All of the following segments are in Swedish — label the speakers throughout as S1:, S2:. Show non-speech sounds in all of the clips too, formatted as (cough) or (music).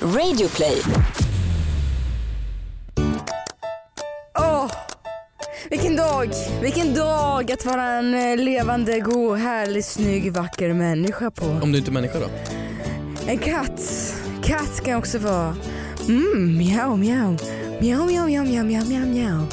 S1: Radioplay.
S2: Åh, vilken dag! Vilken dag att vara en eh, levande, god, härlig, snygg, vacker människa på.
S3: Om du inte är människa då?
S2: En katt. Katt kan också vara. Mm, miau, miau. Miau, miau, miau, miau, miau, miau, miau.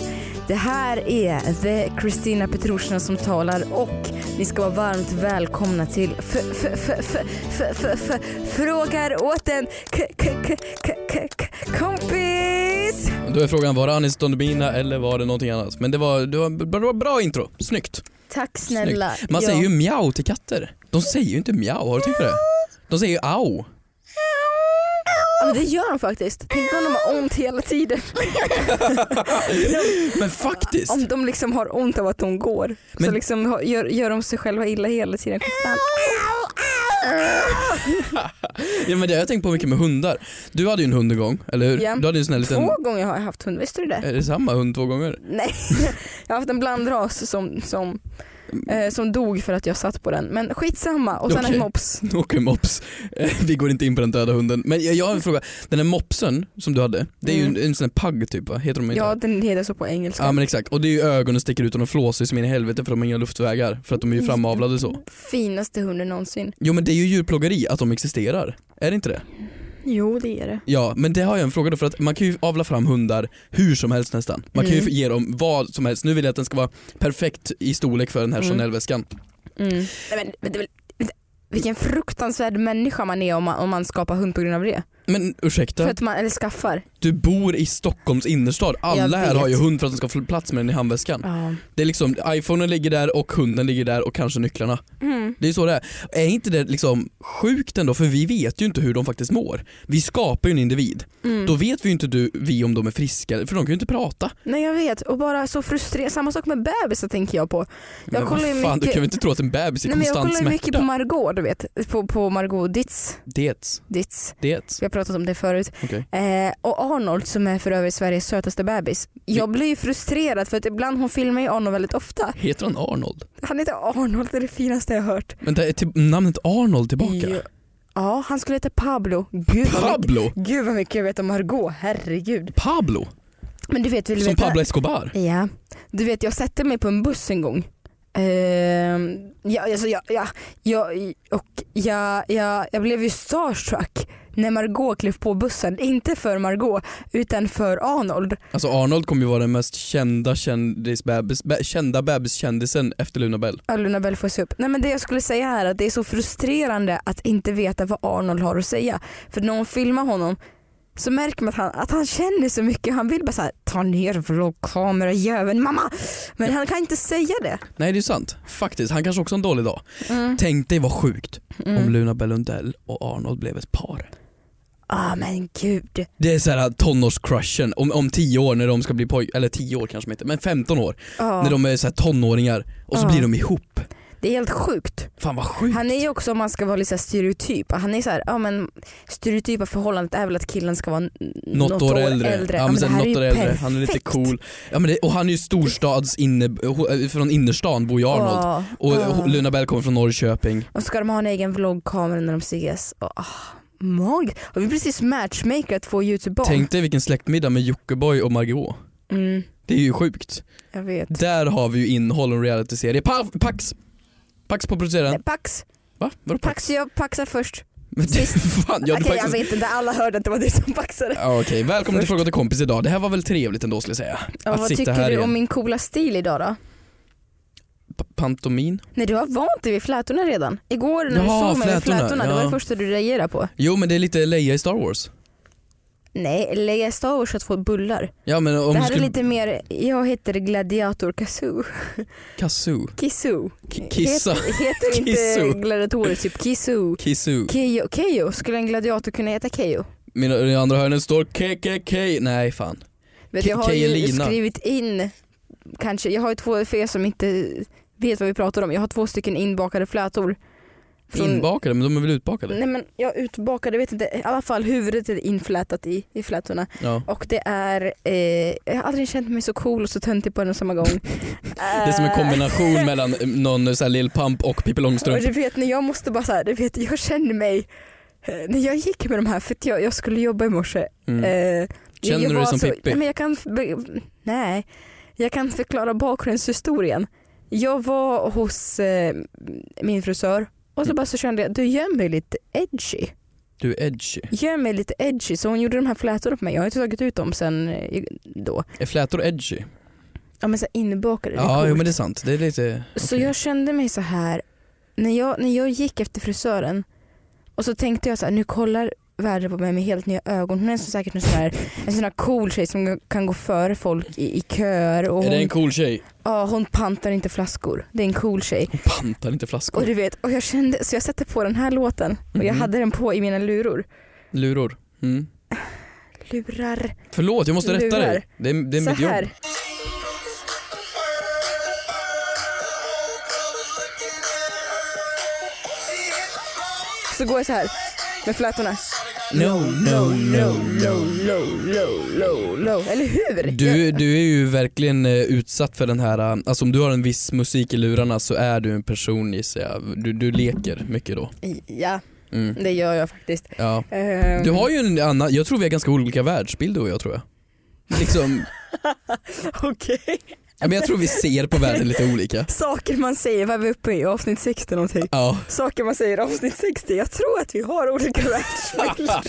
S2: Det här är The Kristina Petrushina som talar och ni ska vara varmt välkomna till f- f- f- f- f- f- f- Frågar åt en k- k- k- k- k- k- kompis.
S3: Då är frågan, var det Anis Don Demina eller var det någonting annat? Men det var, det var bra, bra intro, snyggt.
S2: Tack snälla.
S3: snyggt. Man
S2: Ja.
S3: säger ju mjau till katter. De säger ju inte mjau, har du tänkt på det? De säger ju au.
S2: Ja, men det gör de faktiskt. Tänk om de har ont hela tiden.
S3: Men faktiskt.
S2: Om de liksom har ont av att de går. Så
S3: Men-
S2: liksom ha- gör, gör de sig själva illa hela tiden. konstant.
S3: Ja, men det har jag tänkt på mycket med hundar. Du hade ju en hund en gång, eller hur?
S2: Ja.
S3: Du hade ju en sån här liten... Eh.
S2: Två gånger har jag haft hund, visste du det?
S3: Är det samma hund två gånger?
S2: Nej, (laughs) jag har haft en blandras som, som, eh, som dog för att jag satt på den. Men skitsamma, och sen
S3: Okej.
S2: en mops.
S3: Okej mops, Eh, vi går inte in på den döda hunden. Men jag, jag har en fråga, den här mopsen som du hade, det är
S2: Mm.
S3: ju en, en sån här pug typ va? Heter de inte?
S2: Ja, den heter så på engelska.
S3: Ja men exakt, och det är ju ögonen sticker ut och de flåsar som in i helvete för de har inga luftvägar för att de är ju framavlade så.
S2: Finaste hunden någonsin.
S3: Jo men det är ju djurplågeri att de existerar, är det inte det?
S2: Jo, det är det.
S3: Ja men det har jag en fråga då för att man kan ju avla fram hundar hur som helst nästan. Man kan ju
S2: Mm.
S3: ge dem vad som helst, nu vill jag att den ska vara perfekt i storlek för den här
S2: Mm.
S3: Chanel-väskan.
S2: Mm. Nej, men, det är väl- vilken fruktansvärd människa man är om man, om man skapar hund på grund av det.
S3: Men ursäkta,
S2: För att man, eller skaffar.
S3: du bor i Stockholms innerstad, alla här
S2: vet.
S3: har ju hund för att de ska få plats med den i handväskan.
S2: Ja.
S3: Det är liksom, iPhonen ligger där och hunden ligger där och kanske nycklarna.
S2: Mm.
S3: Det är ju så det är. Är inte det liksom sjukt ändå? För vi vet ju inte hur de faktiskt mår. Vi skapar ju en individ.
S2: Mm.
S3: Då vet vi ju inte du, vi om de är friska, för de kan ju inte prata.
S2: Nej jag vet och bara så frustrerad. Samma sak med bebisar tänker jag på. Jag
S3: men
S2: kollar ju
S3: vad fan, du
S2: mycket-
S3: kan väl inte tro att en bebis är
S2: Nej, men jag
S3: konstant
S2: kollar ju mycket på
S3: smärta?
S2: Margot du vet. På, på Margot Ditz.
S3: Det,
S2: Ditz.
S3: det,
S2: Vi har pratat om det förut.
S3: okej.
S2: Eh, och Arnold som är för övrigt Sveriges sötaste bebis. Jag blir ju frustrerad för att ibland hon filmar ju Arnold väldigt ofta.
S3: Heter han Arnold?
S2: Han heter Arnold, det är det finaste jag har hört.
S3: Men det är till, namnet Arnold tillbaka?
S2: Jo. Ja han skulle heta Pablo. Gud, Vad mycket,
S3: Pablo?
S2: gud vad mycket jag vet om Margot, herregud.
S3: Pablo?
S2: Men du vet, vill du
S3: Som
S2: veta?
S3: Pablo Escobar?
S2: Ja, du vet jag sätter mig på en buss en gång. Ehm, ja, alltså, ja, ja, jag, och jag, jag, jag blev ju starstruck när Margot klev på bussen. Inte för Margot utan för Arnold.
S3: Alltså Arnold kommer ju vara den mest kända kändisbebis, be, kända bebiskändisen efter Luna Bell.
S2: Ja, Luna Bell får se upp. Nej men det jag skulle säga är att det är så frustrerande att inte veta vad Arnold har att säga. För när hon filmar honom så märker man att han, att han känner så mycket. Han vill bara så här, ta ner vloggkamerajäveln mamma. Men han kan inte säga det.
S3: Nej det är sant, faktiskt. Han kanske också har en dålig dag. Tänk dig vad sjukt om
S2: Mm.
S3: Luna Bellundell och Arnold blev ett par.
S2: Ah men gud.
S3: Det är så här äh, tonårscrushen om, om tio år när de ska bli poj... eller tio år kanske de inte, men 15 år.
S2: Ja.
S3: När de är så här tonåringar och så
S2: Ja.
S3: blir de ihop.
S2: Det är helt sjukt.
S3: Fan vad sjukt.
S2: Han är ju också om man ska vara lite så här stereotyp. Han är så här, ja men stereotypa förhållandet är väl att killen ska vara n-
S3: Något, år, äldre.
S2: Ja, men
S3: så
S2: det
S3: här,
S2: här är ju
S3: något år äldre. Han är lite
S2: perfekt.
S3: cool. Ja, men det, och han är ju storstads inne, ho- eh, från innerstan bor ju Arnold.
S2: Ja,
S3: Och eh,
S2: ja.
S3: Luna Bell kommer från Norrköping.
S2: Och så ska de ha en egen vloggkamera när de ses. Och, ah, mag. Har vi precis matchmakat två youtube
S3: Tänk dig vilken släktmiddag med Jockiboi och Margot.
S2: mm,
S3: Det är ju sjukt.
S2: Jag vet.
S3: Där har vi ju innehåll och realityserie. Pa- Pax! Pax på
S2: Nej,
S3: produceraren.
S2: Pax,
S3: Va? Vadå Pax?
S2: Pax, jag paxar först.
S3: Men det- (laughs) Fan, jag hade
S2: Okej
S3: Pax-
S2: jag vet inte, alla hörde att det var du som paxade.
S3: Ja, Okej,
S2: Först.
S3: välkommen till Fråga till kompis idag. Det här var väl trevligt ändå skulle jag säga.
S2: Ja,
S3: Att
S2: vad
S3: sitta
S2: tycker
S3: här
S2: du
S3: igen.
S2: om min coola stil idag då?
S3: P- pantomin?
S2: Nej du har vant dig vid flätorna redan. Igår när du
S3: Ja,
S2: såg mig med
S3: flätorna,
S2: flätorna, det var
S3: ja.
S2: det första du reagerade på.
S3: Jo men det är lite Leia i Star Wars.
S2: Nej, Leia Star Wars att få bullar.
S3: Ja men om
S2: det
S3: du
S2: här
S3: skulle...
S2: är lite mer, jag heter gladiator Kazoo.
S3: Kazoo.
S2: Kissoo.
S3: K- kissa.
S2: Het, heter inte
S3: Kissoo.
S2: gladiatorer typ Kissoo?
S3: Kissoo.
S2: Keyyo, Keyyo, skulle en gladiator kunna heta Keyyo?
S3: Mina, I andra hörnet står KKK. Nej fan.
S2: Vet,
S3: Ke-
S2: jag har ju
S3: Kejelina.
S2: skrivit in, kanske, jag har ju två, för er som inte vet vad vi pratar om, jag har två stycken inbakade flätor. Från-
S3: Inbakade men de är väl utbakade?
S2: Nej men jag utbakade, jag vet inte, i alla fall huvudet är inflätat i, i flätorna.
S3: Ja.
S2: Och det är, eh, jag har aldrig känt mig så cool och så töntig på en och samma gång. Eh,
S3: Det är som en kombination eh, mellan eh, någon sån här Lill Pump och Pippi
S2: Och
S3: Långstrump.
S2: du vet när jag måste bara såhär, du vet jag känner mig eh, när jag gick med de här, för att jag, jag skulle jobba i morse.
S3: Mm.
S2: Eh,
S3: Känner
S2: jag
S3: du dig
S2: var
S3: som
S2: så,
S3: Pippi?
S2: Nej, men jag kan, be- nej, jag kan förklara bakgrundshistorien. Jag var hos eh, min frisör och så
S3: Mm.
S2: bara så kände jag, du gör mig lite edgy.
S3: Du är edgy.
S2: Gör mig lite edgy. Så hon gjorde de här flätorna på mig, jag har inte tagit ut dem sen eh, i- då.
S3: Är flätor edgy?
S2: Ja men så här inbakade, det är
S3: Ja, jo,
S2: coolt.
S3: men det är sant. Det är lite...
S2: Så
S3: okej.
S2: jag kände mig så här när jag, när jag gick efter frisören och så tänkte jag så här, nu kollar världen på mig med helt nya ögon. Hon är så säkert en sån här, en sån här cool tjej som kan gå före folk i, i köer och
S3: Är det
S2: hon,
S3: en cool tjej?
S2: ja, hon pantar inte flaskor. Det är en cool tjej.
S3: Hon pantar inte flaskor.
S2: Och du vet, och jag kände, så jag satte på den här låten och jag
S3: Mhm.
S2: hade den på i mina luror.
S3: Luror. Mm.
S2: Lurar.
S3: Förlåt, jag måste rätta
S2: Lurar.
S3: dig. Det är, det är
S2: så
S3: mitt jobb.
S2: här. Så går jag så här med flätorna.
S3: No, no, no,
S2: low, low, low, low, low. Eller hur?
S3: Du, du är ju verkligen eh, utsatt för den här, eh, alltså om du har en viss musik i lurarna så är du en person gissar jag. Du, du leker mycket då.
S2: Jag, ja,
S3: Mm.
S2: det gör jag faktiskt.
S3: Ja.
S2: Ehm, (laughs)
S3: Du har ju en annan, jag tror vi har ganska olika världsbild du och jag tror jag. Liksom,
S2: Okej.
S3: ja, men jag tror vi ser på världen lite olika.
S2: Saker man säger, vad är vi uppe i? Avsnitt 60 någonting.
S3: Ja.
S2: Saker man säger i avsnitt 60. Jag tror att vi har olika
S3: (laughs)
S2: världsbilder.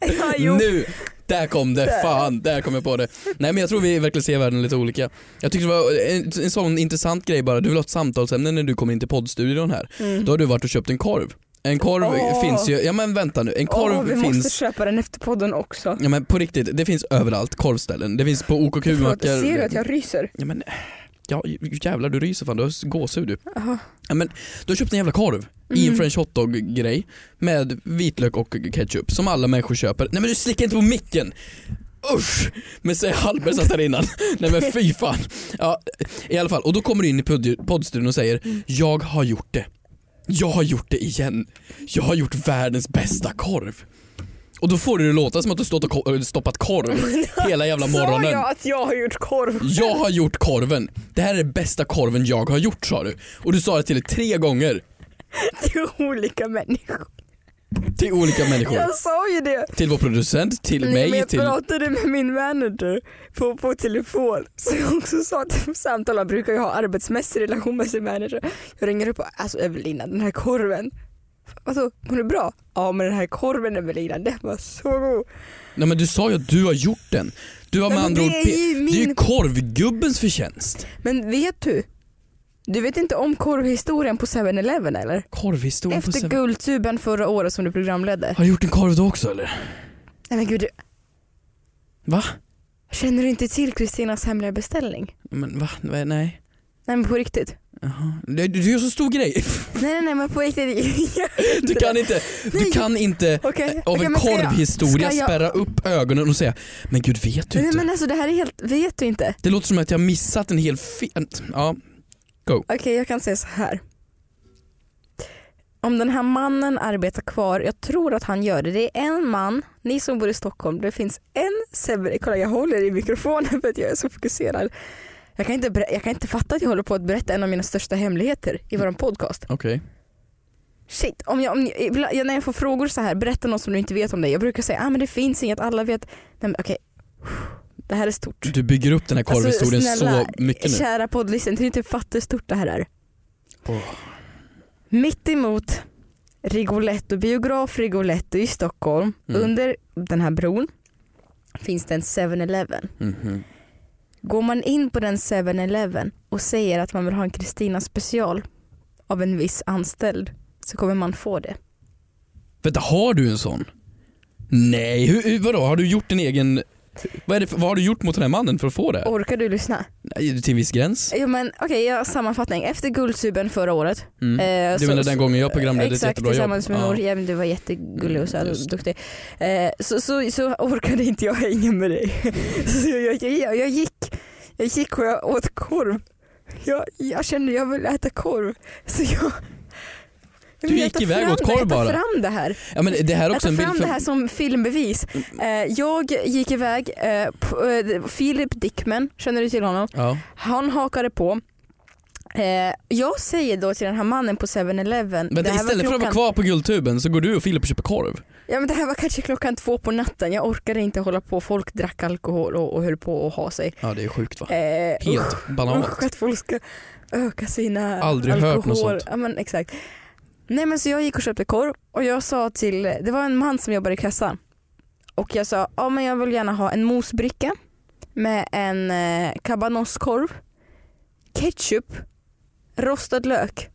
S2: ja, jo.
S3: Nu! Där kom det, fan, där kom jag på det. Nej men jag tror vi verkligen ser världen lite olika. Jag tyckte det var en, en sån intressant grej bara, du vill ha ett samtalsämne när du kommer in till poddstudion här.
S2: Mm.
S3: Då har du varit och köpt en korv. En korv
S2: Åh.
S3: finns ju, ja men vänta nu, en korv
S2: Åh, vi måste
S3: finns
S2: köpa den efter podden också.
S3: Ja men på riktigt, det finns överallt korvställen. Det finns på
S2: Förlåt,
S3: OKQ-mackar.
S2: ser du att jag ryser?
S3: Ja men, ja, jävlar du ryser fan, du har gåshud du.
S2: Jaha.
S3: Ja, men, du har köpt en jävla korv i en
S2: Mm.
S3: french hotdog-grej med vitlök och ketchup som alla människor köper. Nej men du slickar inte på micken! Usch! Men säg Hallberg satt
S2: (laughs)
S3: här innan. Nej men fy fan. Ja, I alla fall, och då kommer du in i podd- poddstudion och säger
S2: Mm.
S3: “Jag har gjort det. Jag har gjort det igen. Jag har gjort världens bästa korv.” Och då får du det låta som att du stått och ko- stoppat korv hela jävla
S2: (laughs) Sa
S3: morgonen.
S2: jag att jag har gjort korv?
S3: Jag har gjort korven. Det här är den bästa korven jag har gjort sa du. Och du sa det till det tre gånger.
S2: till olika människor.
S3: Till olika människor.
S2: Jag sa ju det.
S3: Till vår producent, till
S2: Nej, men
S3: mig,
S2: jag
S3: till...
S2: pratade med min manager på, på telefon. (laughs) Så jag också sa att samtal man brukar ju ha arbetsmässig relation med sin manager. Jag ringer upp och alltså Evelina den här korven. Alltså hon är bra. Ja men den här korven Evelina den var så god.
S3: Nej men du sa ju att du har gjort den. Du har
S2: Nej,
S3: med
S2: men
S3: andra
S2: det
S3: ord...
S2: är
S3: pe-
S2: ju
S3: Det är ju
S2: min-
S3: korvgubbens förtjänst.
S2: Men vet du? Du vet inte om korvhistorien på 7-Eleven eller?
S3: Korvhistorien på
S2: Efter
S3: Seven...
S2: Guldtuben förra året som du programledde.
S3: Har du gjort en korv då också eller?
S2: Nej men gud,
S3: Va?
S2: känner du inte till Kristinas hemliga beställning?
S3: Men va? Nej, Nej.
S2: Nej men på riktigt.
S3: Jaha. Du, du gör så stor grej. (laughs)
S2: Nej nej nej men på riktigt. (laughs)
S3: Du kan inte, du
S2: Nej.
S3: kan inte
S2: Okej.
S3: av
S2: okej,
S3: en
S2: men ska jag-
S3: korvhistoria
S2: ska jag-
S3: spärra upp ögonen och säga Men gud vet du
S2: Nej
S3: inte?
S2: men alltså det här är helt, vet du inte?
S3: Det låter som att jag har missat en hel fel... Ja,
S2: Okej jag kan säga så här. Om den här mannen arbetar kvar, jag tror att han gör det. Det är en man, ni som bor i Stockholm, det finns en sämre, kolla jag håller i mikrofonen för att jag är så fokuserad. Jag kan, inte, ber- jag kan inte fatta att jag håller på att berätta en av mina största hemligheter i våran podcast.
S3: okej.
S2: Shit, om jag, om jag, ibland- jag, när jag får frågor så här, berätta något som du inte vet om dig. Jag brukar säga, ah, men det finns inget, alla vet. Nej, men okej, det här är stort.
S3: Du bygger upp den här korvhistorien
S2: Alltså, snälla,
S3: så mycket nu.
S2: Kära poddlyssnare, ni inte fattar hur typ stort det här är.
S3: Åh.
S2: Mitt emot Rigoletto, biograf Rigoletto i Stockholm,
S3: Mm.
S2: under den här bron finns det en 7-Eleven.
S3: Mhm.
S2: Går man in på den 7-Eleven och säger att man vill ha en Kristina special av en viss anställd så kommer man få det.
S3: Vänta, har du en sån? Nej, hur, hur, vadå? Har du gjort en egen... Vad, är det för, vad har du gjort mot den här mannen för att få det?
S2: Orkar du lyssna?
S3: Nej, Till en viss gräns?
S2: Jo men okej, jag sammanfattning. Efter Guldtuben förra året.
S3: Mm.
S2: eh,
S3: du
S2: så-
S3: menar den gången jag programledde ett
S2: Exakt,
S3: jättebra jobb?
S2: tillsammans med Nour. Ja. men du var jättegullig och så
S3: Mm,
S2: mm,
S3: just det.
S2: duktig. Eh, så, så, så orkade inte jag hänga med dig.
S3: Mm.
S2: (laughs) så jag, jag, jag, jag gick jag gick och jag åt korv. Jag, jag kände jag ville äta korv. Så jag... jag
S3: Du
S2: vill
S3: gick
S2: ta
S3: iväg
S2: fram
S3: åt
S2: det,
S3: korv
S2: jag tar
S3: bara.
S2: fram det här.
S3: Ja, men det här är
S2: Jag
S3: också
S2: tar
S3: en bild
S2: fram det här
S3: för... Mm.
S2: som filmbevis. Eh, jag gick iväg, eh, på, eh, Philip Dickman, känner du till honom?
S3: Ja.
S2: Han hakade på. Eh, jag säger då till den här mannen på 7-Eleven.
S3: Men
S2: det här var
S3: istället för att vara
S2: klockan-
S3: kvar på Guldtuben så går du och Filip och köper korv.
S2: Ja men det här var kanske klockan två på natten. Jag orkade inte hålla på. Folk drack alkohol och, och höll på att ha sig.
S3: Ja det är sjukt va?
S2: Eh,
S3: Ah, Helt
S2: (laughs)
S3: banalt.
S2: Usch att folk ska öka sina
S3: Aldrig hört
S2: alkohol.
S3: något sånt.
S2: Ja, men exakt. Nej men så jag gick och köpte korv och jag sa till, det var en man som jobbade i kassan och jag sa ja men jag vill gärna ha en mosbricka med en eh, kabanosskorv, ketchup, rostad lök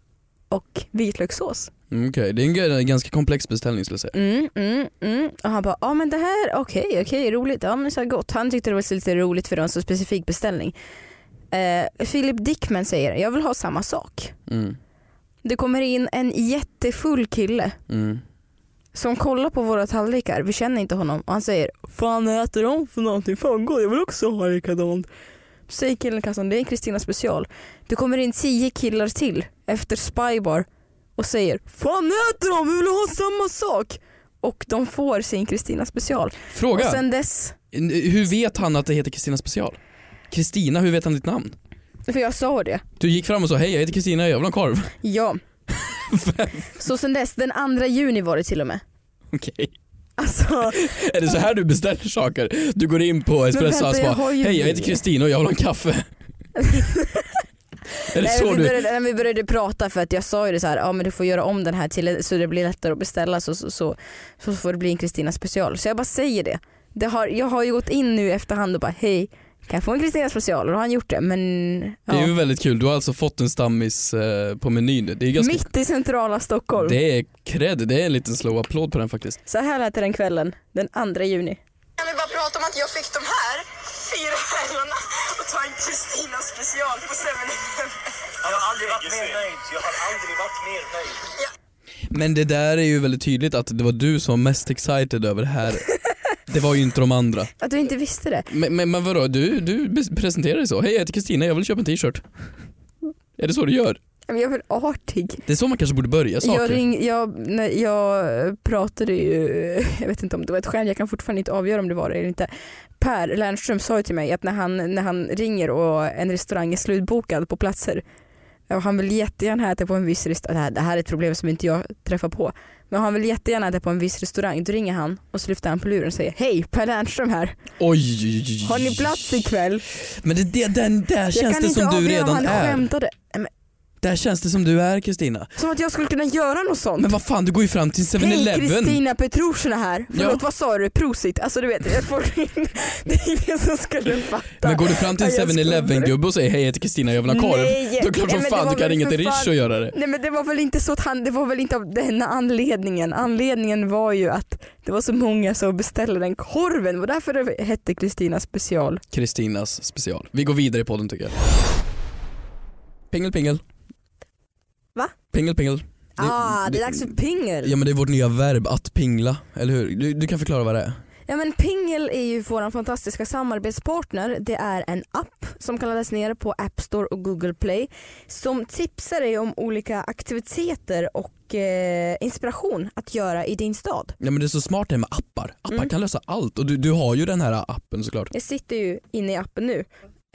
S2: och vitlökssås.
S3: Mm, Okej, det är en g- en ganska komplex beställning skulle jag säga.
S2: Mm, mm, mm. Och han bara, ja men det här, okej, okej, roligt, ja men så här gott. Han tyckte det var lite roligt för det var en så specifik beställning. Eh, Philip Dickman säger, jag vill ha samma sak.
S3: Mm.
S2: Det kommer in en jättefull kille
S3: Mm.
S2: som kollar på våra tallrikar, vi känner inte honom och han säger Fan äter de för någonting? Fan gott, jag vill också ha likadant. Så säger killen i kassan, det är en Kristina special. Det kommer in tio killar till efter Spybar och säger Fan äter de? Vi vill ha samma sak! Och de får sin Kristina special.
S3: Fråga,
S2: Och sen dess,
S3: N- hur vet han att det heter Kristina special? Kristina, hur vet han ditt namn?
S2: för jag sa det,
S3: Du gick fram och sa hej jag heter Kristina, jag vill ha en korv. (laughs)
S2: ja. Så sen dess, den andra juni var det till och med.
S3: Okej.
S2: Alltså,
S3: Är det så här du beställer saker? Du går in på Espresso
S2: vänta,
S3: och
S2: jag
S3: Alltså, bara
S2: har ju
S3: hej jag
S2: min."
S3: heter Kristina och jag vill ha
S2: (laughs)
S3: en kaffe. är det
S2: Nej,
S3: så
S2: vi,
S3: du...
S2: började, nej, vi började prata för att jag sa ju det så här, ja men du får göra om den här till så det blir lättare att beställa så, så, så, så får det bli en Kristina special. Så jag bara säger det. det har, jag har ju gått in nu i efterhand och bara hej kan jag få en Kristina special? Och då har han gjort det men ja.
S3: Det är ju väldigt kul, du har alltså fått en stammis eh, på menyn. Det är ganska...
S2: mitt i centrala Stockholm.
S3: Det är cred, det är en liten slow applåd på den faktiskt.
S2: Så här lät det den kvällen den 2 juni.
S1: Kan vi bara prata om att jag fick de här fyra öronen och ta en Kristina special på 7-Eleven?
S4: Jag har aldrig varit mer nöjd. Jag har aldrig varit mer nöjd.
S3: Men det där är ju väldigt tydligt att det var du som var mest excited över
S2: (laughs)
S3: det här. Det var ju inte de andra.
S2: Att du inte visste det.
S3: Men, men, men vadå, du, du bes- presenterar dig så. Hej jag heter Kristina, jag vill köpa en t-shirt. Är det så du gör?
S2: Men Jag är väl artig.
S3: Det är så man kanske borde börja saker.
S2: Jag, ring, jag, nej, jag pratade ju, (laughs) jag vet inte om det var ett skämt, jag kan fortfarande inte avgöra om det var det eller inte. Per Lernström sa ju till mig att när han, när han ringer och en restaurang är slutbokad på platser och han vill jättegärna äta på en viss restaurang, det, här- det här är ett problem som inte jag träffar på, men han vill jättegärna äta på en viss restaurang, då ringer han och så lyfter han på luren och säger Hej Per Lernström här,
S3: Oj!
S2: har ni plats ikväll?
S3: Men det, det, den där
S2: jag
S3: känns
S2: kan
S3: det
S2: inte
S3: som du
S2: avgöra om
S3: redan
S2: han
S3: är.
S2: skämtade. Nej, men,
S3: Där känns det som du är Kristina.
S2: Som att jag skulle kunna göra något sånt.
S3: Men vad fan, du går ju fram till
S2: Hej
S3: 7-Eleven.
S2: Kristina Petrushina här. Förlåt
S3: Ja.
S2: vad sa du? Prosit. Alltså du vet, jag får (laughs) det är ingen som skulle fatta.
S3: Men går du fram till en
S2: Ja, jag
S3: 7-Eleven
S2: skojar.
S3: gubbe och säger hej jag heter Kristina, jag vill ha korv.
S2: Nej.
S3: Då är det klart
S2: Nej,
S3: som
S2: men det
S3: fan
S2: var
S3: du kan
S2: väl
S3: ringa
S2: för
S3: till Rish
S2: fan-
S3: och göra det.
S2: Nej men det var väl inte så att han, det var väl inte av denna anledningen. Anledningen var ju att det var så många som beställde den korven. Det var därför det hette Kristina special.
S3: Kristinas special. Vi går vidare i podden tycker jag. Pingel pingel.
S2: Va?
S3: Pingel pingel.
S2: ah, det är dags för pingel.
S3: Ja men det är vårt nya verb, att pingla, eller hur? Du, du kan förklara vad det är.
S2: Ja men Pingel är ju vår fantastiska samarbetspartner. Det är en app som kan laddas ner på App Store och Google Play som tipsar dig om olika aktiviteter och eh, inspiration att göra i din stad.
S3: Ja men det är så smart det här med appar. Appar
S2: Mm.
S3: kan lösa allt och du, du har ju den här appen såklart.
S2: Jag sitter ju inne i appen nu.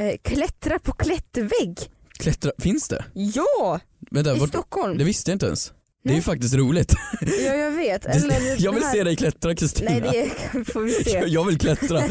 S2: Eh, klättra på klättervägg.
S3: Klättra, finns det?
S2: Ja,
S3: Vänta,
S2: i
S3: vart,
S2: Stockholm.
S3: det visste jag inte ens. Det är ju
S2: Nej.
S3: faktiskt roligt.
S2: Ja jag vet.
S3: Det, jag vill
S2: det här-
S3: se dig klättra Kristina.
S2: Nej det (laughs) får vi
S3: (laughs) Jag-
S2: se.
S3: Jag vill klättra.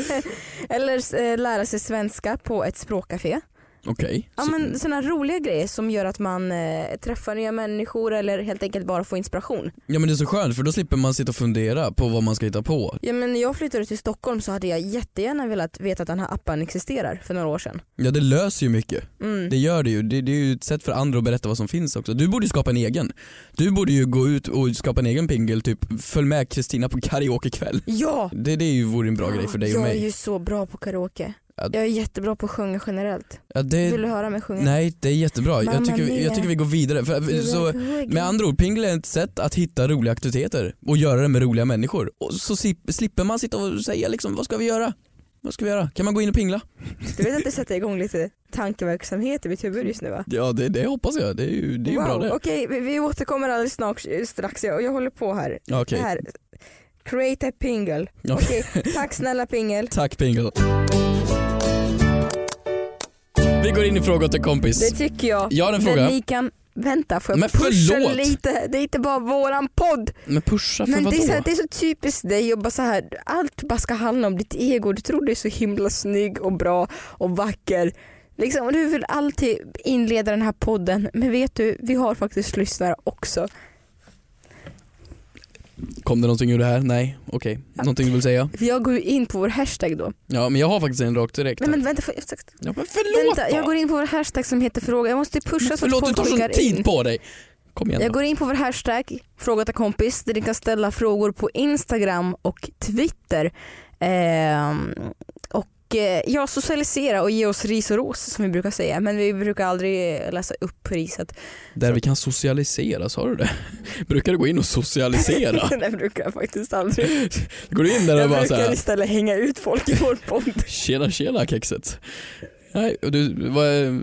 S2: Eller eh, lära sig svenska på ett språkcafé.
S3: Okej.
S2: (laughs) Ja
S3: Så-
S2: men sådana roliga grejer som gör att man eh, träffar nya människor eller helt enkelt bara får inspiration.
S3: Ja men det är så skönt för då slipper man sitta och fundera på vad man ska hitta på.
S2: Ja men när jag flyttade till Stockholm så hade jag jättegärna velat veta att den här appen existerar för några år sedan.
S3: Ja det löser ju mycket.
S2: Mm.
S3: Det gör det ju. Det, det är ju ett sätt för andra att berätta vad som finns också. Du borde ju skapa en egen. Du borde ju gå ut och skapa en egen pingel, typ följ med Kristina på karaokekväll.
S2: Ja!
S3: Det, det är ju vore en bra grej för dig och
S2: jag är
S3: mig.
S2: ju så bra på karaoke.
S3: Ja.
S2: Jag är jättebra på att sjunga generellt.
S3: Ja, det,
S2: Vill du höra mig sjunga?
S3: nej det är jättebra. Jag
S2: Mamma
S3: tycker, vi- jag
S2: mia.
S3: tycker vi går vidare. För, för, så, med andra ord, pingel är ett sätt att hitta roliga aktiviteter och göra det med roliga människor. Och så slip, slipper man sitta och säga liksom, vad ska vi göra? Vad ska vi göra? Kan man gå in och pingla?
S2: Du vet att det sätter igång lite tankeverksamhet i mitt huvud just nu va?
S3: Ja det, det hoppas jag, det är ju, det är ju bra det.
S2: Okej, vi, vi återkommer alldeles snart, eh, strax. Jag, jag håller på här.
S3: Ja, Okej,
S2: här. Create a pingle.
S3: Ja. (laughs)
S2: Okej, tack snälla pingel.
S3: tack pingel. Vi går in i fråga åt en kompis.
S2: Det tycker jag.
S3: Jag har en
S2: Men
S3: fråga.
S2: ni kan vänta får jag
S3: Men
S2: pusha
S3: förlåt.
S2: lite? Det är inte bara våran podd.
S3: Men pusha för
S2: Men det är, så här,
S3: vadå?
S2: det är så typiskt dig och bara så här, allt bara ska handla om ditt ego. Du tror du är så himla snygg och bra och vacker. Liksom, och du vill alltid inleda den här podden men vet du, vi har faktiskt lyssnare också.
S3: Kom det någonting ur det här? Nej, okej. Någonting du vill säga?
S2: Jag går ju in på vår hashtag då.
S3: Ja men jag har faktiskt en rakt direkt.
S2: Nej
S3: här.
S2: men vänta, får jag, exakt.
S3: Ja, men förlåt
S2: vänta
S3: då!
S2: jag går in på vår hashtag som heter fråga. Jag måste pusha så att
S3: Förlåt du
S2: folk
S3: tar sån
S2: skickar
S3: tid
S2: in.
S3: på dig. Kom igen
S2: Jag
S3: då.
S2: går in på vår hashtag fråga till kompis där ni kan ställa frågor på Instagram och Twitter. Ehm, och eh, ja, socialisera och ge oss ris och ros som vi brukar säga men vi brukar aldrig läsa upp riset.
S3: Där vi kan socialisera, sa du det? (laughs) Brukar du gå in och socialisera?
S2: (laughs) Det brukar jag faktiskt aldrig.
S3: Går du in där och
S2: Jag
S3: bara
S2: brukar liksom-
S3: såhär,
S2: istället hänga ut folk i vår podd.
S3: tjena tjena kexet. Nej, och du, vad,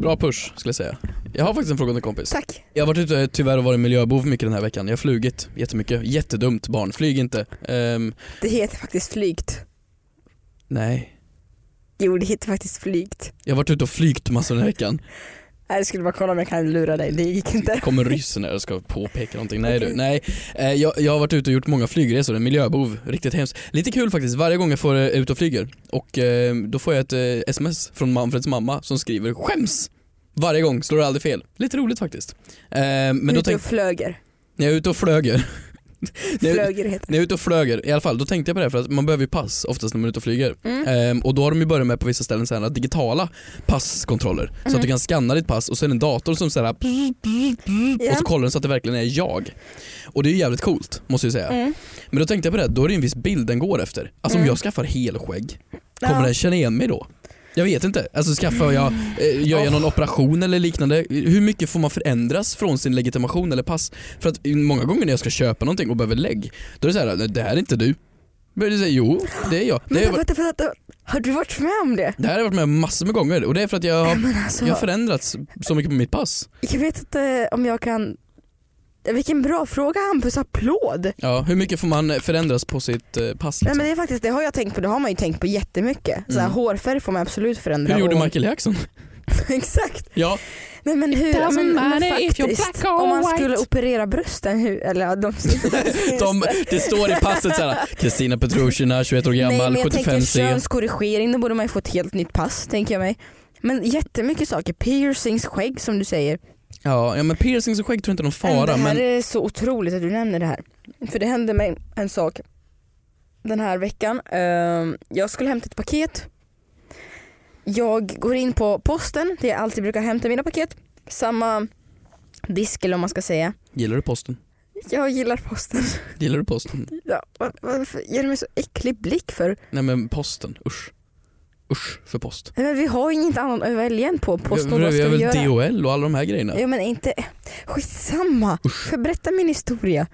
S3: bra push skulle jag säga. Jag har faktiskt en fråga till kompis.
S2: Tack.
S3: Jag har varit ute tyvärr och varit miljöbov mycket den här veckan. Jag har flugit jättemycket. Jättedumt barn, flyg inte. Ehm,
S2: Det heter faktiskt flygt.
S3: nej.
S2: Jo det heter faktiskt flygt.
S3: Jag har varit ute och flygt massor den här veckan.
S2: Nej, Jag skulle bara kolla om jag kan lura dig, det gick inte.
S3: Kommer ryssen här och ska påpeka någonting. Nej du,
S2: Okej.
S3: nej. Eh, jag, jag har varit ute och gjort många flygresor, en miljöbov. Riktigt hemskt. Lite kul faktiskt, varje gång jag får eh, ut och flyger och eh, då får jag ett eh, sms från Manfreds mamma som skriver skäms. Varje gång, slår aldrig fel. Lite roligt faktiskt. Eh, men då
S2: Ute och
S3: tänkte
S2: flöger.
S3: när jag är ute och flöger. när, jag,
S2: Flöger heter det.
S3: när jag är ute och flöger, i alla fall, då tänkte jag på det här för att man behöver ju pass oftast när man är ute och flyger.
S2: Mm.
S3: Ehm, och då har de ju börjat med på vissa ställen så här, digitala passkontroller. Så
S2: Mm.
S3: att du kan scanna ditt pass och så är det en dator som så här,
S2: Mm. Ja.
S3: och så kollar den så att det verkligen är jag. Och det är ju jävligt coolt måste jag säga.
S2: Mm.
S3: Men då tänkte jag på det, här, då är det en viss bild den går efter. Alltså om jag skaffar helskägg, kommer
S2: Ja.
S3: den känna igen mig då? Jag vet inte. Alltså skaffar jag, eh, gör jag någon operation eller liknande? Hur mycket får man förändras från sin legitimation eller pass? För att många gånger när jag ska köpa någonting och behöver lägg, då är det så här, det här är inte du. Men du säger, jo, det är jag. Det har,
S2: Men
S3: jag varit,
S2: vänta, vänta, vänta. Har du varit med om det?
S3: det här har jag varit med massor med gånger och det är för att jag har,
S2: Men alltså,
S3: jag har
S2: jag,
S3: förändrats så mycket på mitt pass.
S2: vet inte om jag kan... Vilken bra fråga Hampus, applåd!
S3: Ja, hur mycket får man förändras på sitt eh, pass?
S2: Nej,
S3: Liksom?
S2: men det, är faktiskt, det har jag tänkt på, det har man ju tänkt på jättemycket. Så här,
S3: Mm.
S2: Hårfärg får man absolut förändra.
S3: Hur gjorde
S2: och-
S3: Michael Jackson?
S2: (laughs) Exakt!
S3: Ja,
S2: Nej men hur, ja,
S5: doesn't
S2: men, men
S5: matter if you're
S2: faktiskt.
S5: black or
S2: Om man
S5: white.
S2: skulle operera brösten, hur, eller
S3: (laughs)
S2: ja, de...
S3: de, det står i passet såhär, Kristina Petrushina, 21 år
S2: Nej men
S3: gammal,
S2: jag tänker
S3: 75C.
S2: könskorrigering, då borde man ju få ett helt nytt pass tänker jag mig. Men jättemycket saker, piercings, skägg som du säger.
S3: Ja, ja, men piercings och skägg tror jag inte är någon fara,
S2: det här
S3: men
S2: är så otroligt att du nämner det här. För det hände mig en sak den här veckan. Ehm, Jag skulle hämta ett paket. Jag går in på posten, det jag alltid brukar hämta mina paket. Samma disk eller om man ska säga.
S3: gillar du posten?
S2: Jag gillar posten. (laughs)
S3: Gillar du posten?
S2: Ja, va- varför ger du mig så äcklig blick för?
S3: Nej men posten, usch. Usch för post.
S2: Nej, men vi har ju inte annan att välja än på Postnord.
S3: vi,
S2: Vad
S3: vi
S2: ska
S3: har
S2: vi göra?
S3: väl DHL och alla de här grejerna?
S2: Ja men inte... Skitsamma. Får jag berätta min historia?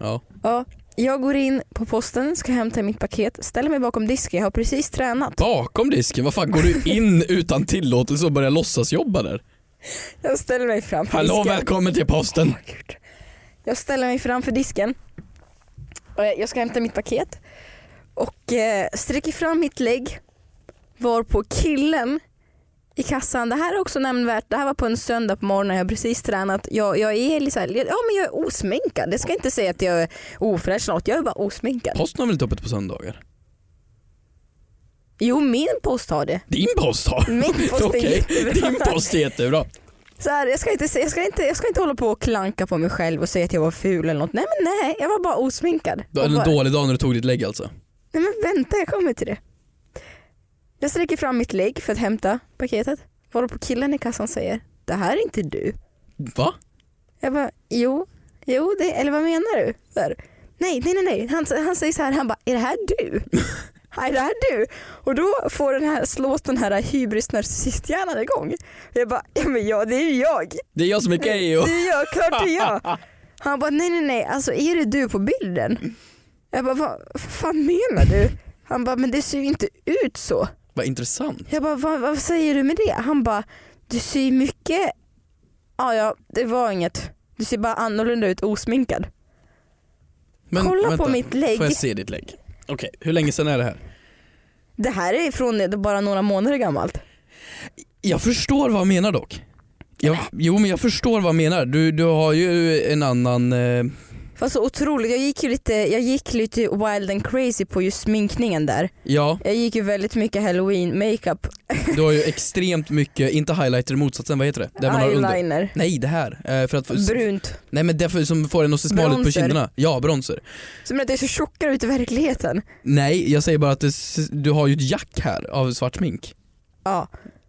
S3: Ja.
S2: Ja, jag går in på posten, ska hämta mitt paket, ställer mig bakom disken, jag har precis tränat.
S3: Bakom disken, vad fan går du
S2: (laughs)
S3: in utan tillåtelse och börjar låtsas jobba där?
S2: Jag ställer mig framför
S3: Hallå
S2: disken.
S3: välkommen till posten!
S2: Åh, Gud. Jag ställer mig framför disken. Och jag- Jag ska hämta mitt paket och eh, sträcker fram mitt lägg varpå killen i kassan, det här är också nämnvärt, det här var på en söndag på morgonen, jag har precis tränat. Jag, jag är lite så här, ja men jag är osminkad. Jag ska inte säga att jag är ofräsch eller något, jag är bara osminkad.
S3: Posten har väl inte öppet på söndagar?
S2: Jo min post har det.
S3: Din post har!
S2: Min post är
S3: (laughs) Okej,
S2: jättebra.
S3: Din post är jättebra.
S2: Så här, jag, ska inte, se- jag, ska inte, jag ska inte hålla på och klanka på mig själv och säga att jag var ful eller något. Nej men nej, jag var bara osminkad.
S3: Du hade
S2: Och bara,
S3: en dålig dag när du tog ditt lägg alltså?
S2: nej men vänta, jag kommer till det. Jag sträcker fram mitt lägg för att hämta paketet. Varpå på killen i kassan säger, det här är inte du.
S3: Va?
S2: Jag bara, jo, jo det, eller vad menar du? Så här, nej, nej, nej, nej. Han, han säger så här, han bara, är det här du? Är det här du? Och då får den här, slås den här hybris narcissisthjärnan igång. Jag bara, ja men ja det är ju jag.
S3: Det är jag som är gay
S2: (laughs)
S3: och...
S2: Det är jag, klart det är jag. Han bara nej nej nej, alltså är det du på bilden? Jag bara vad vad fan menar du? Han bara men det ser ju inte ut så.
S3: Vad intressant.
S2: Jag bara vad, vad säger du med det? Han bara du ser ju mycket, ja ja det var inget. Du ser bara annorlunda ut osminkad.
S3: Men,
S2: Kolla på mitt lägg.
S3: Får jag se ditt lägg? Okej, hur länge sedan är det här?
S2: Det här är från det är bara några månader gammalt.
S3: Jag förstår vad han menar dock. Jag, jo men jag förstår vad du menar. Du, du har ju en annan... Eh,
S2: Var så otroligt, jag gick ju lite, jag gick lite wild and crazy på just sminkningen där.
S3: ja,
S2: Jag gick ju väldigt mycket halloween makeup,
S3: du har ju extremt mycket, inte highlighter, motsatsen, vad heter det? Där man har under.
S2: eyeliner,
S3: Nej det här. Eh, för att,
S2: brunt.
S3: nej men det för, som får en att se smal ut på
S2: Bronzer.
S3: kinderna. Ja, bronzer.
S2: Så men att jag ser tjockare ut i verkligheten.
S3: Nej, jag säger bara att det, s- du har ju ett jack här av svart smink.
S2: Ja.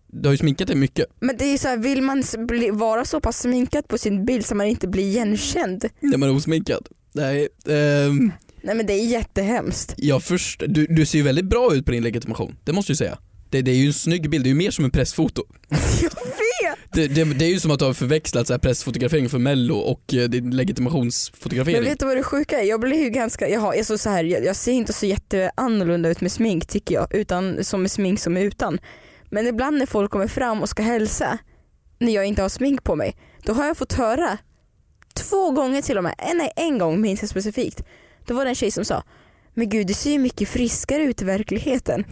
S3: Du har ju sminkat dig mycket.
S2: Men det är ju så här, vill man s- bli, vara så pass sminkad på sin bild så man inte blir igenkänd?
S3: När man är osminkad. Nej, ehm,
S2: Nej men det är jättehemskt.
S3: jag först, du, du ser ju väldigt bra ut på din legitimation, det måste jag ju säga. Det, det är ju en snygg bild, det är ju mer som en pressfoto.
S2: Jag vet!
S3: Det, det, det är ju som att du har förväxlat så här pressfotografering för mello och eh, din legitimationsfotografering.
S2: Men vet du vad det sjuka är? Jag blir ju ganska, jag, har, jag, så så här, jag, jag ser inte så jätteannorlunda ut med smink tycker jag, utan, som med smink som är utan. Men ibland när folk kommer fram och ska hälsa, när jag inte har smink på mig, då har jag fått höra två gånger till och med, Eh, nej en gång minns jag specifikt. Då var det en tjej som sa men gud du ser ju mycket friskare ut i verkligheten.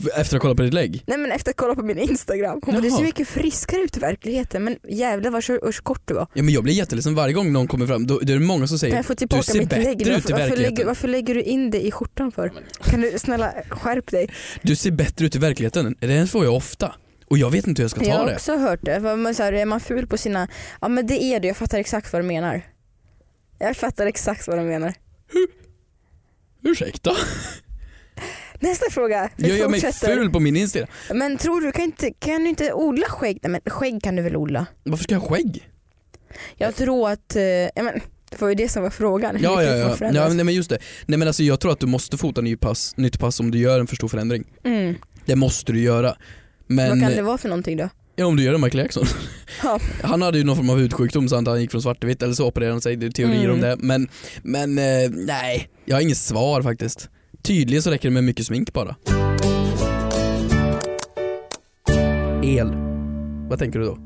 S3: Efter att ha kollat på ditt lägg.
S2: Nej men efter att kolla på min instagram. Hon bara, du
S3: Jaha.
S2: ser mycket friskare ut i verkligheten men jävlar vad så, vad så kort du var.
S3: Ja, men jag blir jätteledsen varje gång någon kommer fram, då, det är det många som
S2: Kan
S3: säger
S2: jag få
S3: du
S2: tillbaka
S3: ser
S2: mitt
S3: bättre
S2: lägg?
S3: ut i
S2: Varför, varför, lägger,
S3: verkligheten.
S2: varför lägger du in det i skjortan för? Kan du snälla skärp dig?
S3: Du ser bättre ut i verkligheten. Den får jag ofta. Och jag vet inte hur jag ska ta
S2: Jag har
S3: det.
S2: också hört det. Vad Man, så här, är man ful på sina... Ja men det är du, jag fattar exakt vad du menar. Jag fattar exakt vad du menar.
S3: Ursäkta?
S2: Nästa fråga. Vi
S3: Jag gör mig
S2: fortsätter.
S3: ful på min Instagram.
S2: Men tror du, kan, inte, kan du inte odla skägg? Nej men skägg kan du väl odla?
S3: Varför ska jag ha skägg?
S2: Jag tror att... Eh, ja, men, det var ju (laughs) det som var frågan. Hur
S3: Ja,
S2: mycket
S3: ja,
S2: får man
S3: ja.
S2: förändras?
S3: ja nej, men just det. Nej, men alltså, jag tror att du måste fota ny pass, nytt pass om du gör en för stor förändring.
S2: Mm.
S3: Det måste du göra. Men eh,
S2: Vad kan det vara för någonting då?
S3: ja, om du gör en Michael Jackson.
S2: Ja.
S3: Han hade ju någon form av hudsjukdom så han gick från svart till vitt eller så opererade han sig. Det är teorier
S2: Mm.
S3: om det. Men, men eh, nej, jag har inget svar faktiskt. Tydligen så räcker det med mycket smink bara. El. Vad tänker du då?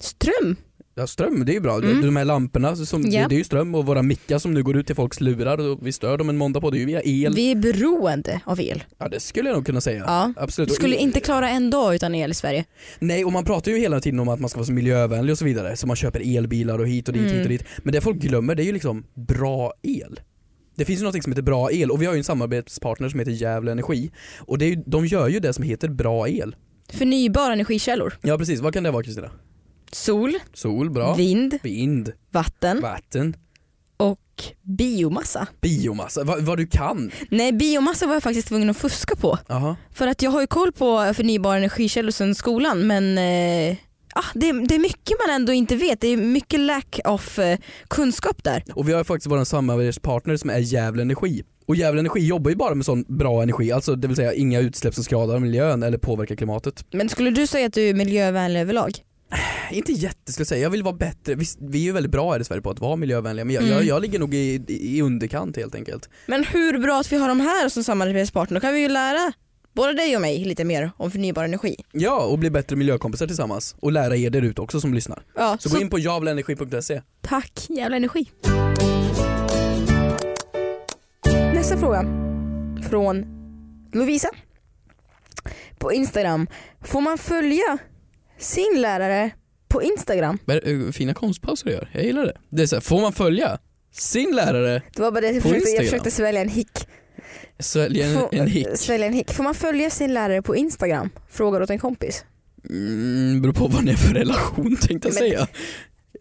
S2: Ström?
S3: Ja, ström, det är ju bra.
S2: Mm.
S3: De här lamporna, som, det,
S2: Ja.
S3: det är ju ström och våra mickar som nu går ut till folks lurar och vi stör dem en måndag på, det är ju via el.
S2: Vi är beroende av el.
S3: Ja det skulle jag nog kunna säga.
S2: Ja.
S3: Absolut.
S2: Du
S3: Och
S2: skulle
S3: el-
S2: inte klara en dag utan el i Sverige.
S3: Nej och man pratar ju hela tiden om att man ska vara så miljövänlig och så vidare, så man köper elbilar och hit och dit,
S2: Mm.
S3: hit och dit. Men det folk glömmer det är ju liksom bra el. Det finns ju något som heter bra el och vi har ju en samarbetspartner som heter Gävle Energi och det är ju, de gör ju det som heter bra el.
S2: Förnybara energikällor.
S3: Ja precis, vad kan det vara Kristina?
S2: Sol,
S3: Sol, bra.
S2: vind,
S3: Vind,
S2: Mm. vatten
S3: vatten,
S2: och biomassa.
S3: biomassa, Va, vad du kan.
S2: Nej biomassa var jag faktiskt tvungen att fuska på.
S3: Aha.
S2: För att jag har ju koll på förnybara energikällor sedan skolan men eh, ah, det, det är mycket man ändå inte vet. Det är mycket lack of eh, kunskap där.
S3: Och vi har ju faktiskt vår samarbetspartner som är Gävle Energi. Och Gävle Energi jobbar ju bara med sån bra energi, alltså det vill säga inga utsläpp som skadar miljön eller påverkar klimatet.
S2: Men skulle du säga att du är miljövänlig överlag?
S3: Nej, Inte jätte skulle jag säga, jag vill vara bättre. Visst, vi är ju väldigt bra här i Sverige på att vara miljövänliga men jag,
S2: Mm.
S3: jag, jag ligger nog i, i underkant helt enkelt.
S2: Men hur bra att vi har de här som samarbetspartner. Då kan vi ju lära både dig och mig lite mer om förnybar energi.
S3: Ja, och bli bättre miljökompisar tillsammans och lära er där ute också som lyssnar.
S2: Ja,
S3: Så, gå in på javleenergi.se.
S2: Tack, jävla energi. Nästa fråga från Lovisa på Instagram. Får man följa sin lärare på Instagram?
S3: Vad är det, eh, Fina konstpauser du gör, jag gillar det. Det är så här, får man följa sin lärare
S2: Det var bara det jag
S3: På
S2: försökte, jag
S3: Instagram?
S2: försökte svälja en hick.
S3: svälja en,
S2: Får-
S3: en hick?
S2: Svälja en hick. Får man följa sin lärare på Instagram? Frågar åt en kompis.
S3: Mm, beror på vad ni är för relation tänkte jag
S2: Men-
S3: säga.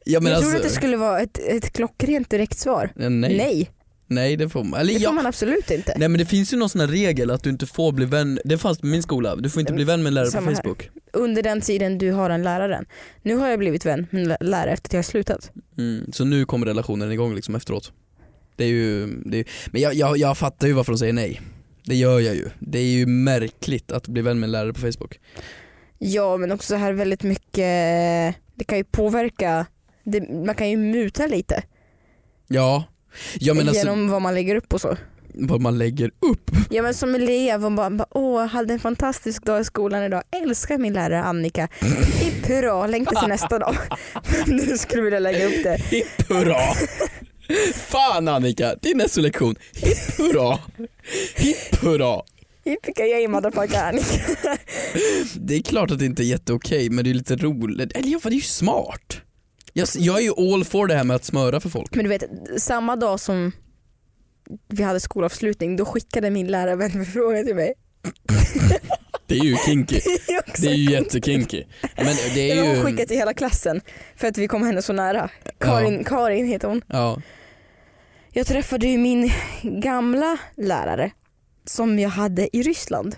S3: Ja, men
S2: jag
S3: alltså, Eh,
S2: tror att det skulle vara ett, ett klockrent direkt svar.
S3: Nej. Nej,
S2: Nej,
S3: det får man. Eller
S2: det
S3: ja.
S2: får man absolut inte.
S3: Nej men det finns ju någon sån här regel att du inte får bli vän, det fanns på min skola, du får inte bli vän med en lärare
S2: Samma
S3: på
S2: här.
S3: Facebook.
S2: Under den tiden du har den läraren. Nu har jag blivit vän med en lä- lärare efter att jag har slutat.
S3: Mm, så nu kommer relationen igång liksom efteråt. Det är ju, det är, men jag, jag, jag fattar ju varför de säger nej. Det gör jag ju. Det är ju märkligt att bli vän med en lärare på Facebook.
S2: Ja men också så här väldigt mycket, det kan ju påverka, det, man kan ju muta lite
S3: Ja, alltså- jag menar
S2: genom vad man lägger upp och så.
S3: alltså, vad man lägger upp.
S2: Ja men som elev och bara, bara åh jag hade en fantastisk dag i skolan idag, älskar min lärare Annika. Hipp hurra, längtar till nästa dag. (laughs) nu skulle jag vilja lägga upp det.
S3: Hipp hurra! Fan Annika, din nästa lektion. Hipp hurra! Hipp hurra!
S2: Yippee-ki-yay motherfucker.
S3: Det är klart att det inte är jätteokej men det är lite roligt. Eller ja, för det är ju smart. Jag, jag är ju all for det här med att smöra för folk.
S2: Men du vet, samma dag som vi hade skolavslutning då skickade min lärare en förfrågan till mig. (laughs)
S3: Det är ju kinky.
S2: Det är också-
S3: Det är ju jättekinky. Men det
S2: Ja, men
S3: är
S2: Hon
S3: ju...
S2: skickade till hela klassen för att vi kom henne så nära. Karin, Karin heter hon.
S3: Ja,
S2: Jag träffade ju min gamla lärare som jag hade i Ryssland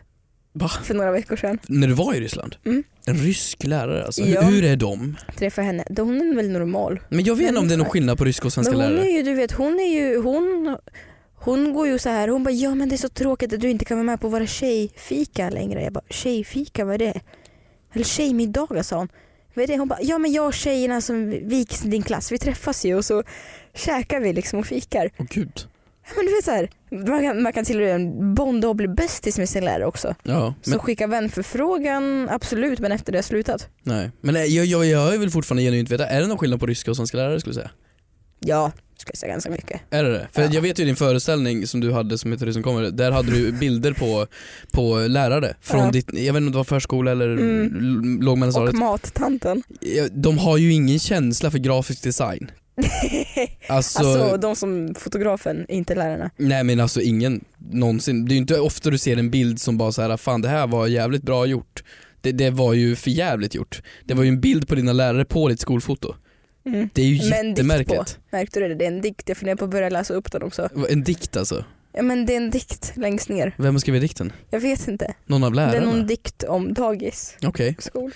S3: va?
S2: för några veckor sedan.
S3: När du var i Ryssland?
S2: Mm.
S3: En rysk lärare alltså.
S2: Ja.
S3: Hur är de?
S2: Träffade henne. Då Hon är väl normal.
S3: Men jag vet inte om det är någon skillnad på ryska och svenska
S2: men hon
S3: lärare.
S2: är ju, du vet, hon är ju, hon, hon går ju så här, hon bara ja men det är så tråkigt att du inte kan vara med på våra tjejfika längre. Jag bara tjejfika, vad är det? Eller tjejmiddagar sa hon. Vad är det? Hon bara ja men jag och tjejerna som gick i din klass, vi träffas ju och så käkar vi liksom och fikar.
S3: Åh gud.
S2: Ja, Men du vet så här, man kan, man kan till och med bonda och bli bästis med sin lärare också.
S3: Ja,
S2: Så
S3: men,
S2: skicka vänförfrågan, absolut men efter det har slutat.
S3: nej. men nej, jag, jag, jag vill fortfarande genuint veta, är det någon skillnad på ryska och svenska lärare skulle du säga?
S2: Ja, skulle jag säga ganska mycket.
S3: Är det det? För
S2: Ja.
S3: jag vet ju din föreställning som du hade som heter Det som kommer, där hade du bilder på, på lärare från
S2: Ja.
S3: ditt, jag vet inte om det var förskola eller
S2: Mm.
S3: mm.
S2: Och
S3: lågmellanstadiet.
S2: mattanten.
S3: Ja, De har ju ingen känsla för
S2: (laughs)
S3: grafisk design. Alltså,
S2: Alltså de som fotografen, inte lärarna.
S3: nej men alltså ingen någonsin. Det är ju inte ofta du ser en bild som bara så här, fan det här var jävligt bra gjort. Det, det var ju för jävligt gjort. Det var ju en bild på dina lärare på ditt skolfoto.
S2: Mm.
S3: Det är
S2: Men
S3: ju
S2: dikt på.
S3: jättemärkligt.
S2: Märkte du det? Det är en dikt, jag funderar på att börja läsa upp den också.
S3: En dikt alltså.
S2: Ja men det är en dikt längst ner.
S3: Vem har skrivit dikten?
S2: Jag vet inte.
S3: Någon av
S2: Det är
S3: lärarna?
S2: någon dikt om dagis.
S3: Okej.
S2: Skol.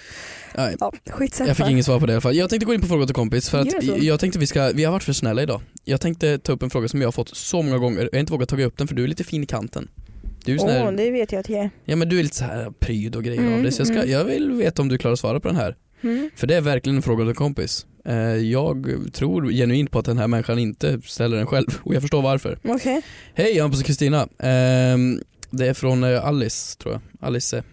S3: Nej.
S2: Ja, skitsamma.
S3: Jag fick inget svar på det i alla fall. Jag tänkte gå in på fråga till kompis för
S2: Gör
S3: att
S2: så.
S3: jag tänkte vi ska, vi har varit för snälla idag. Jag tänkte ta upp en fråga som jag har fått så många gånger jag har inte vågat ta upp den för du är lite fin i kanten. Du är sån
S2: Åh,
S3: här,
S2: det vet jag att jag är.
S3: ja men du är lite så här pryd och grejer av
S2: Mm,
S3: dig så jag, ska,
S2: mm.
S3: jag vill veta om du klarar att svara på den här.
S2: Mm.
S3: För det är verkligen en fråga till kompis. Eh, Jag tror genuint på att den här människan inte ställer den själv och jag förstår varför.
S2: Okej.
S3: Hej Hampus och Kristina. Ehm, det är från eh, Alice tror jag. Alice eh,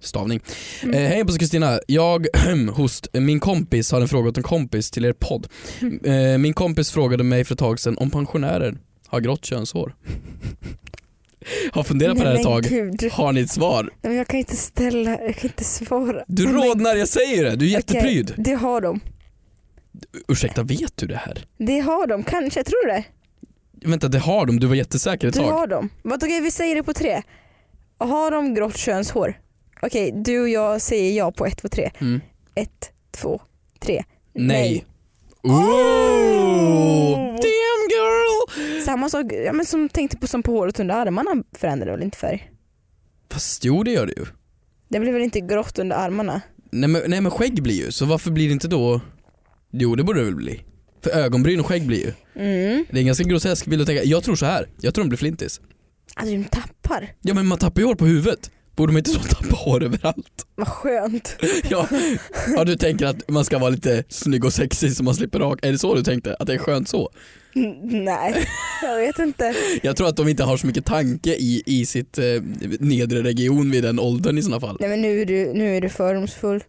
S3: stavning.
S2: Mm.
S3: Eh, hej Hampus och Kristina. Jag, (clears throat) host, min kompis har en fråga åt en kompis till er podd.
S2: Mm.
S3: Eh, min kompis frågade mig för ett tag sedan om pensionärer har grått könshår. (laughs) har funderat på det här ett
S2: Nej, men
S3: tag.
S2: gud. Nej,
S3: Har ni ett svar?
S2: men jag kan inte ställa, jag kan inte svara.
S3: Du
S2: Nej, men-
S3: rodnar, jag säger det. Du är
S2: Okej,
S3: jättepryd.
S2: det har de.
S3: Ursäkta, vet du det här?
S2: Det har de kanske, tror du det?
S3: Vänta, det har de. Du var jättesäker ett
S2: Du
S3: tag.
S2: har dem. Vad okej vi säger det på tre. Har de grått könshår? Okej, du och jag säger ja på ett, två, tre.
S3: Mm.
S2: Ett, två, tre.
S3: Nej.
S2: Oh!
S3: Ooh, damn girl!
S2: Samma sak ja, men som tänkte på som på håret under armarna förändrade väl inte färg?
S3: Fast jo, det gör det ju.
S2: Det blev väl inte grått under armarna?
S3: Nej men, nej men skägg blir ju, så varför blir det inte då... Jo det borde det väl bli. För ögonbryn och skägg blir ju.
S2: Mm.
S3: Det är en ganska grotesk bild att tänka. Jag tror så här. jag tror de blir flintis.
S2: Alltså de tappar.
S3: Ja men man tappar ju hår på huvudet. Borde man inte så (laughs) tappa hår överallt?
S2: Vad skönt. (laughs)
S3: Ja, ja du tänker att man ska vara lite snygg och sexig så man slipper raka. Är det så du tänkte? Att det är skönt så?
S2: N- Nej, jag vet inte.
S3: Jag tror att de inte har så mycket tanke i, i sitt eh, nedre region vid den åldern i sådana fall.
S2: Nej men nu är du, nu är du fördomsfull.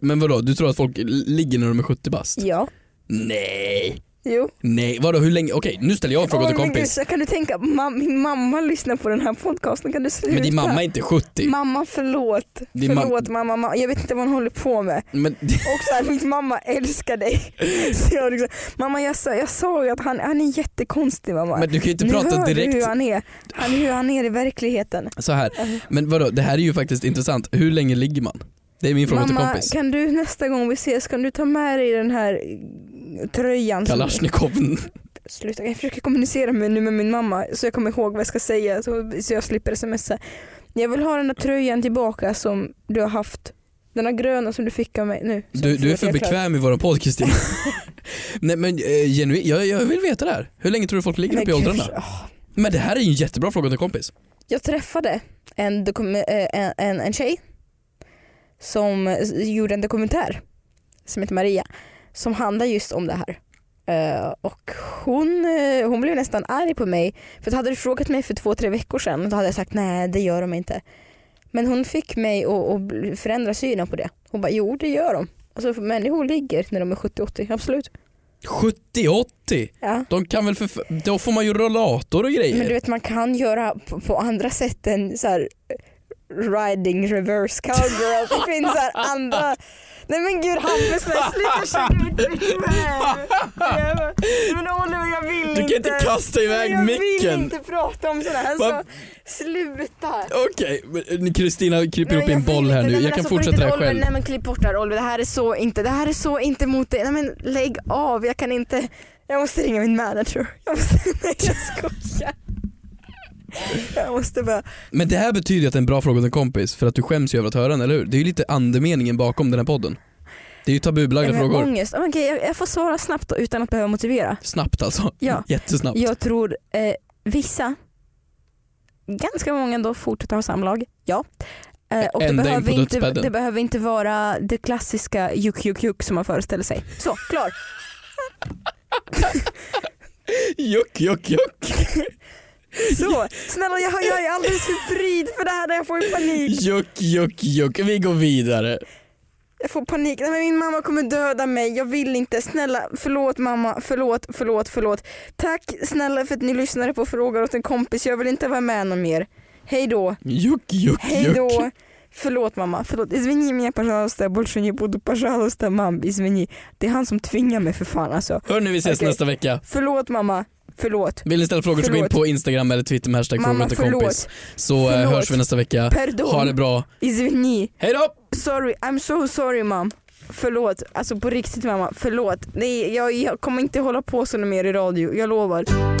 S3: Men vadå, du tror att folk ligger när de är 70 bast?
S2: Ja.
S3: Nej,
S2: Jo.
S3: nej, vadå hur länge? Okej nu ställer jag en fråga
S2: Åh,
S3: till
S2: men
S3: kompis.
S2: gud, så kan du tänka, ma- min mamma lyssnar på den här podcasten, kan du sluta?
S3: Men din mamma är inte 70.
S2: Mamma förlåt.
S3: Din mam-
S2: förlåt mamma, mamma. Jag vet inte vad hon håller på med.
S3: Men, (laughs)
S2: Och så här, min mamma älskar dig. Så jag liksom, mamma jag sa, jag sa ju att han, han är jättekonstig mamma.
S3: men du kan ju inte
S2: nu
S3: prata
S2: hör du hur
S3: direkt
S2: han är. Han, hur han är i verkligheten.
S3: så här. Men vadå, det här är ju faktiskt intressant. Hur länge ligger man? Det är min fråga till
S2: mamma
S3: kompis.
S2: kan du nästa gång vi ses kan du ta med dig den här eh, tröjan? som-
S3: Kalashnikov.
S2: Sluta, jag försöker kommunicera med, nu med min mamma så jag kommer ihåg vad jag ska säga så, så jag slipper smsa. Jag vill ha den där tröjan tillbaka som du har haft. Den där gröna som du fick av mig nu. Som
S3: (laughs) Du, du är
S2: jag
S3: för
S2: förlåt, jag klarar.
S3: bekväm i våran podd
S2: (laughs)
S3: Kristina. Nej men eh, genuint, jag, jag vill veta det här. Hur länge tror du folk ligger
S2: Men
S3: uppe i
S2: gud,
S3: åldrarna?
S2: åh.
S3: Men det här är ju en jättebra fråga till kompis.
S2: Jag träffade en, dokum- eh, en, en, en tjej som eh, gjorde en dokumentär som heter Maria som handlar just om det här. Eh, och hon, eh, hon blev nästan arg på mig för att hade du frågat mig för två, tre veckor sedan då hade jag sagt nej det gör de inte. Men hon fick mig att, att bli- förändra synen på det. Hon bara jo det gör de. Alltså människor ligger när de är 70-80, absolut.
S3: 70-80?
S2: Ja.
S3: De kan väl för... f- Då får man ju rollator och grejer.
S2: Men du vet man kan göra på, på andra sätt än så här riding reverse cowgirl. Det finns så här andra... Nej men gud Hampus snälla sluta köra mitt filmer. Men Oliver jag vill
S3: Du
S2: inte.
S3: kan inte kasta iväg
S2: jag Jag
S3: micken.
S2: vill inte prata om sådana här
S3: Va?
S2: saker. Sluta.
S3: Okej, men eh, Kristina kryper upp
S2: jag
S3: i en
S2: vill
S3: boll
S2: inte.
S3: här nu.
S2: Nej, men
S3: Jag kan
S2: alltså, på
S3: fortsätta det
S2: riktigt,
S3: här
S2: Oliver,
S3: själv.
S2: Nej men klipp bort det här Oliver, det här är så inte, det här är så inte mot dig. Nej men lägg av, jag kan inte. Jag måste ringa min manager. Jag måste, (laughs) nej jag skojar. Jag måste bara,
S3: Men det här betyder ju att det är en bra fråga till en kompis för att du skäms ju över att höra den, eller hur? Det är ju lite andemeningen bakom den här podden. Det är ju tabubelagda
S2: jag har
S3: frågor.
S2: ångest. Ja, men Okej jag, jag får svara snabbt då, utan att behöva motivera.
S3: Snabbt alltså.
S2: Ja.
S3: Jättesnabbt.
S2: Jag tror eh, vissa, ganska många ändå fortsätter ha samlag. Ja. Eh, och det
S3: Ända in
S2: behöver,
S3: på
S2: inte,
S3: dödsbädden.
S2: det behöver inte vara det klassiska juk juk juk som man föreställer sig. Så, klar.
S3: Juck, juck,
S2: (laughs)
S3: juck.
S2: Så, snälla jag, jag är alldeles för pryd för det här, jag får ju panik.
S3: Juck, juck, juck. Vi går vidare.
S2: Jag får panik, Nej, men min mamma kommer döda mig, jag vill inte. Snälla, förlåt mamma, förlåt, förlåt, förlåt. Tack snälla för att ni lyssnade på frågor åt en kompis, jag vill inte vara med någon mer. Hej då,
S3: Juck, juck,
S2: hej
S3: juck.
S2: då. Förlåt mamma, förlåt. Извини меня, пожалуйста, я больше не буду. Пожалуйста, мам, извини. Det är han som tvingar mig för fan alltså.
S3: Hörni, vi ses
S2: Okej.
S3: nästa vecka.
S2: Förlåt mamma, förlåt.
S3: Vill ni ställa frågor så gå in
S2: Förlåt.
S3: på Instagram eller Twitter med hashtag frågor
S2: Mamma,
S3: till kompis.
S2: förlåt.
S3: Så eh,
S2: Förlåt.
S3: hörs vi nästa vecka.
S2: Pardon.
S3: Ha det bra.
S2: Извини.
S3: Hej då!
S2: Sorry, I'm so sorry mom. Förlåt, alltså på riktigt mamma, förlåt. Nej, jag, jag kommer inte hålla på så mer i radio, jag lovar.